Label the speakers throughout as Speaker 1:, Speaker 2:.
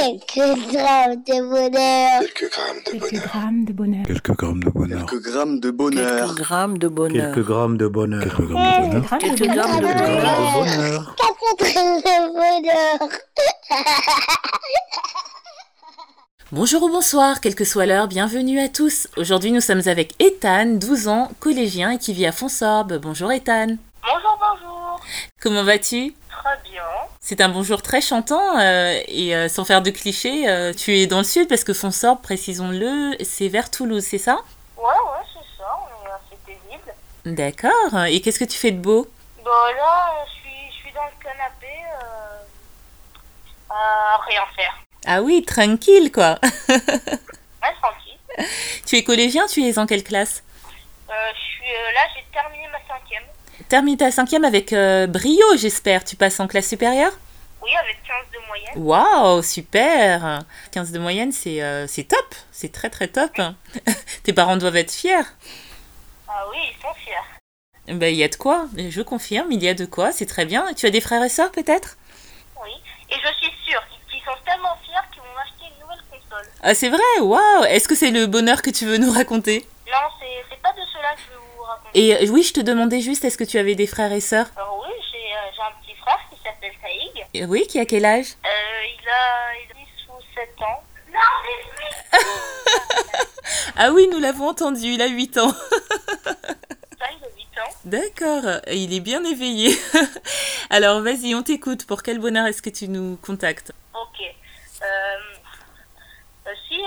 Speaker 1: Quelques grammes de bonheur.
Speaker 2: Quelques grammes de
Speaker 3: Quelques
Speaker 2: bonheur.
Speaker 3: grammes de bonheur.
Speaker 4: Quelques grammes de bonheur.
Speaker 5: Quelques grammes de
Speaker 6: Quelques
Speaker 5: bonheur.
Speaker 6: grammes de bonheur.
Speaker 7: Quelques grammes de bonheur.
Speaker 4: Quelques grammes de bonheur.
Speaker 3: Quelques
Speaker 6: Quelques grammes
Speaker 3: grammes de
Speaker 6: de
Speaker 3: bonheur.
Speaker 7: bonheur.
Speaker 1: Quatre grammes de bonheur.
Speaker 8: Bonjour ou bonsoir, quelle que soit l'heure, bienvenue à tous. Aujourd'hui, nous sommes avec Ethan, 12 ans, collégien et qui vit à Fonsorbe. Bonjour Ethan.
Speaker 9: Bonjour, bonjour.
Speaker 8: Comment vas-tu
Speaker 9: Très bien.
Speaker 8: C'est un bonjour très chantant euh, et euh, sans faire de clichés, euh, tu es dans le sud parce que Fonsorbe, précisons-le, c'est vers Toulouse, c'est ça
Speaker 9: Ouais, ouais, c'est ça. On est assez paisible.
Speaker 8: D'accord. Et qu'est-ce que tu fais de beau
Speaker 9: Bon, là, je suis, je suis dans le canapé euh, à rien faire.
Speaker 8: Ah oui, tranquille quoi.
Speaker 9: Ouais, tranquille.
Speaker 8: tu es collégien, tu es en quelle classe
Speaker 9: Euh, je suis, euh, là, j'ai terminé ma cinquième.
Speaker 8: Termine ta cinquième avec euh, brio, j'espère. Tu passes en classe supérieure
Speaker 9: Oui, avec 15 de moyenne.
Speaker 8: Waouh, super 15 de moyenne, c'est euh, c'est top C'est très très top Tes parents doivent être fiers
Speaker 9: Ah oui, ils sont fiers.
Speaker 8: Ben, il y a de quoi, je confirme, il y a de quoi, c'est très bien. Tu as des frères et sœurs peut-être
Speaker 9: Oui. Et je suis sûre qu'ils sont tellement fiers qu'ils vont acheter une nouvelle console.
Speaker 8: Ah, c'est vrai, waouh Est-ce que c'est le bonheur que tu veux nous raconter
Speaker 9: Non, c'est c'est pas de cela que je vais vous raconter.
Speaker 8: Et euh, oui, je te demandais juste, est-ce que tu avais des frères et sœurs
Speaker 9: Alors oui, j'ai euh, j'ai un petit frère qui s'appelle Saïg.
Speaker 8: Euh, Oui, qui a quel âge
Speaker 9: Euh, il, a, il a 10 ou 7 ans. Non, c'est lui
Speaker 8: Ah oui, nous l'avons entendu, il a 8 ans.
Speaker 9: Saïg a 8 ans.
Speaker 8: D'accord, il est bien éveillé. Alors vas-y, on t'écoute. Pour quel bonheur est-ce que tu nous contactes
Speaker 9: Ok. Euh, euh, si, euh,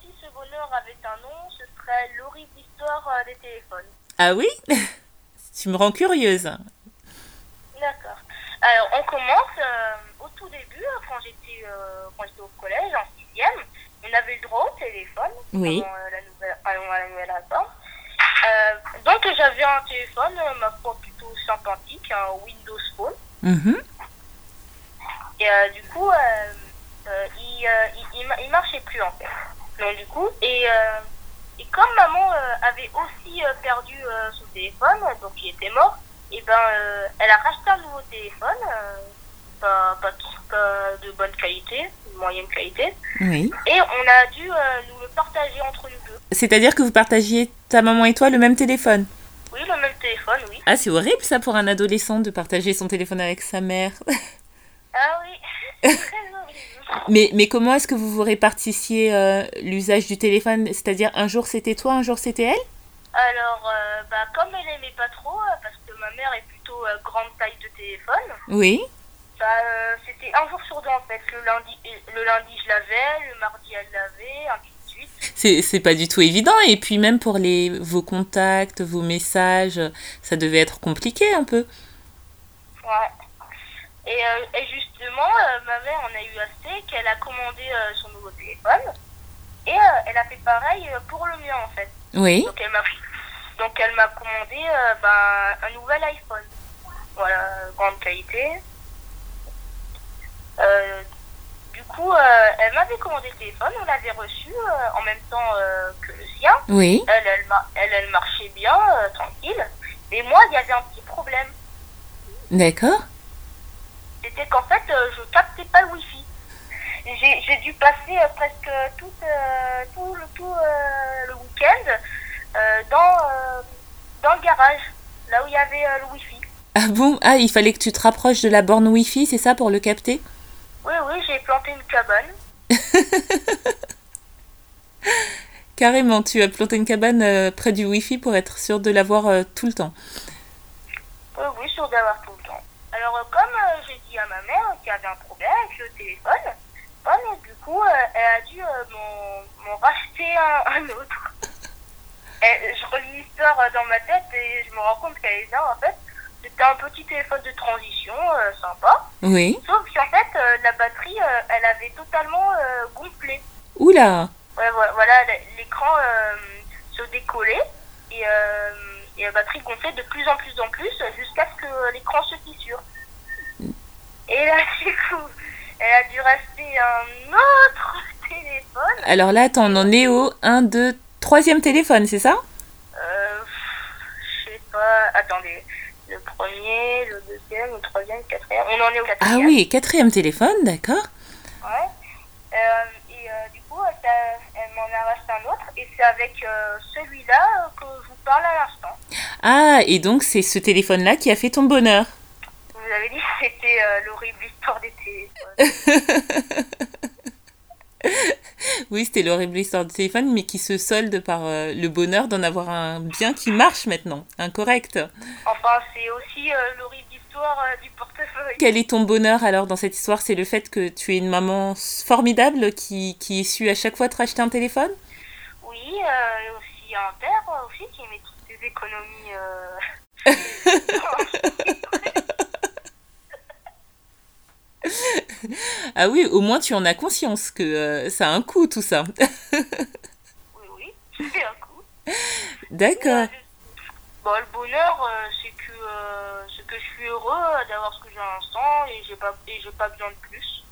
Speaker 9: si ce bonheur avait un nom, ce serait l'horrible histoire euh, des téléphones.
Speaker 8: Ah oui Tu me rends curieuse.
Speaker 9: D'accord. Alors, on commence euh, au tout début, hein, quand j'étais euh, quand j'étais au collège, en sixième. On avait le droit au téléphone
Speaker 8: Oui.
Speaker 9: avant, euh, la nouvelle, avant la nouvelle réforme. Euh, donc, j'avais un téléphone, euh, ma foi, plutôt sympathique, un Windows Phone.
Speaker 8: Mhm.
Speaker 9: Et euh, du coup, euh, euh, il, euh, il, il ma- il marchait plus en fait. Donc du coup, et, euh, et comme maman euh, avait aussi euh, perdu euh, son téléphone, donc il était mort, et ben euh, elle a racheté un nouveau téléphone, euh, pas, pas, tout- pas de bonne qualité, de moyenne qualité,
Speaker 8: Oui.
Speaker 9: et on a dû euh, nous le partager entre nous deux.
Speaker 8: C'est-à-dire que vous partagiez ta maman et toi le même téléphone.
Speaker 9: Oui, le même téléphone, oui.
Speaker 8: Ah, c'est horrible ça pour un adolescent de partager son téléphone avec sa mère.
Speaker 9: Ah oui, c'est très horrible.
Speaker 8: Mais, mais comment est-ce que vous vous répartissiez euh, l'usage du téléphone C'est-à-dire un jour c'était toi, un jour c'était elle
Speaker 9: Alors, euh, bah, comme elle aimait pas trop, euh, parce que ma mère est plutôt euh, grande taille de téléphone,
Speaker 8: Oui.
Speaker 9: Bah, euh, c'était un jour sur deux en fait. Le lundi, le lundi je l'avais, le mardi elle l'avait, ainsi de suite.
Speaker 8: C'est c'est pas du tout évident. Et puis même pour les, vos contacts, vos messages, ça devait être compliqué un peu.
Speaker 9: Ouais. Et, euh, et justement, euh, ma mère en a eu assez qu'elle a commandé euh, son nouveau téléphone. Et euh, elle a fait pareil euh, pour le mien en fait.
Speaker 8: Oui.
Speaker 9: Donc elle m'a, donc elle m'a commandé euh, bah, un nouvel iPhone. Voilà, grande qualité. Euh, du coup, euh, elle m'avait commandé le téléphone, on l'avait reçu euh, en même temps euh, que le sien.
Speaker 8: Oui.
Speaker 9: elle, elle, mar- elle, elle marchait bien, euh, tranquille. Mais moi, il y avait un petit problème.
Speaker 8: D'accord.
Speaker 9: C'était qu'en fait, euh, je captais pas le wifi. J'ai j'ai dû passer euh, presque tout, euh, tout le, tout, euh, le week-end euh, dans, euh, dans le garage, là où il y avait euh, le wifi.
Speaker 8: Ah bon Ah, il fallait que tu te rapproches de la borne Wi-Fi, c'est ça, pour le capter
Speaker 9: Oui, oui, j'ai planté une cabane.
Speaker 8: Carrément, tu as planté une cabane euh, près du Wi-Fi pour être sûr de l'avoir euh, tout le temps.
Speaker 9: Oui, oui, sûr d'avoir tout le temps. Alors, euh, comme euh, j'ai dit à ma mère qu'il y avait un problème avec le téléphone, bah, mais du coup, euh, elle a dû euh, m'en- m'en racheter un, un autre. Et je relis l'histoire euh, dans ma tête et je me rends compte qu'elle est bien, en fait. C'était un petit téléphone de transition, euh, sympa.
Speaker 8: Oui.
Speaker 9: Sauf qu'en fait, euh, la batterie, euh, elle avait totalement euh, gonflé.
Speaker 8: Oula
Speaker 9: Ouais, voilà, voilà, l'écran euh, se décollait et, euh, et la batterie gonflait de plus en plus en plus jusqu'à ce que l'écran se fissure. Et là, du coup, elle a dû rester un autre téléphone.
Speaker 8: Alors là, attends, on en est au 1, 2, troisième téléphone, c'est ça
Speaker 9: Euh, pff, je sais pas, attendez, le premier, le deuxième, le troisième, le quatrième, on en est au
Speaker 8: Ah
Speaker 9: quatrième.
Speaker 8: oui, quatrième téléphone, d'accord.
Speaker 9: Ouais. Euh, c'est avec euh, celui-là euh, que je vous parle à l'instant.
Speaker 8: Ah, et donc c'est ce téléphone-là qui a fait ton bonheur.
Speaker 9: Vous avez dit que c'était euh, l'horrible histoire des téléphones.
Speaker 8: Oui, c'était l'horrible histoire du téléphone, mais qui se solde par euh, le bonheur d'en avoir un bien qui marche maintenant, incorrect.
Speaker 9: Enfin, c'est aussi euh, l'horrible histoire euh, du portefeuille.
Speaker 8: Quel est ton bonheur alors dans cette histoire C'est le fait que tu es une maman formidable qui, qui ait su à chaque fois te racheter un téléphone
Speaker 9: Oui, euh, et aussi un père euh, aussi qui met toutes ses économies. euh,
Speaker 8: Ah oui, au moins tu en as conscience que euh, ça a un coût tout ça.
Speaker 9: Oui, oui, c'est un coup.
Speaker 8: D'accord.
Speaker 9: Bon, le bonheur, euh, c'est que, euh, c'est que je suis heureux euh, d'avoir ce que j'ai à l'instant et j'ai pas, et j'ai pas besoin de plus.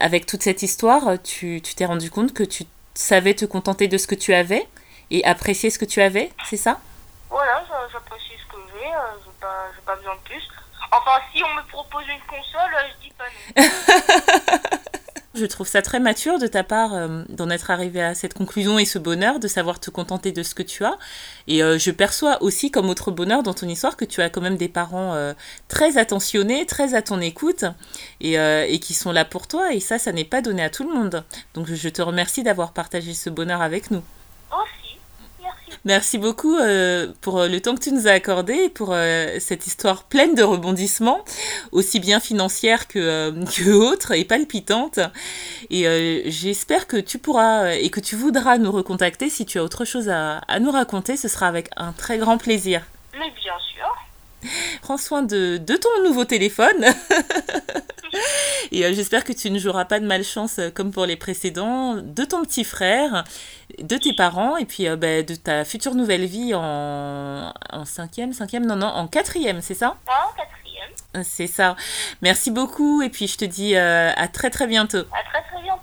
Speaker 8: Avec toute cette histoire, tu tu t'es rendu compte que tu savais te contenter de ce que tu avais et apprécier ce que tu avais, c'est ça
Speaker 9: Voilà, j'a- j'apprécie ce que j'ai, euh, j'ai pas, j'ai pas besoin de plus. Enfin, si on me propose une console, euh, je dis pas non.
Speaker 8: Je trouve ça très mature de ta part euh, d'en être arrivé à cette conclusion et ce bonheur de savoir te contenter de ce que tu as. Et euh, je perçois aussi comme autre bonheur dans ton histoire que tu as quand même des parents euh, très attentionnés, très à ton écoute et, euh, et qui sont là pour toi. Et ça, ça n'est pas donné à tout le monde. Donc je te remercie d'avoir partagé ce bonheur avec nous.
Speaker 9: Aussi, Oh, merci.
Speaker 8: Merci beaucoup euh, pour euh, le temps que tu nous as accordé, et pour euh, cette histoire pleine de rebondissements, aussi bien financière que, euh, que autre et palpitante. Et euh, j'espère que tu pourras euh, et que tu voudras nous recontacter si tu as autre chose à, à nous raconter. Ce sera avec un très grand plaisir.
Speaker 9: Mais bien sûr.
Speaker 8: Prends soin de, de ton nouveau téléphone. Et euh, j'espère que tu ne joueras pas de malchance euh, comme pour les précédents, de ton petit frère, de tes parents et puis euh, bah, de ta future nouvelle vie en, en cinquième, cinquième, non, non, en quatrième, c'est ça
Speaker 9: Moi, en quatrième.
Speaker 8: C'est ça. Merci beaucoup et puis je te dis euh, à très très bientôt.
Speaker 9: À très très bientôt.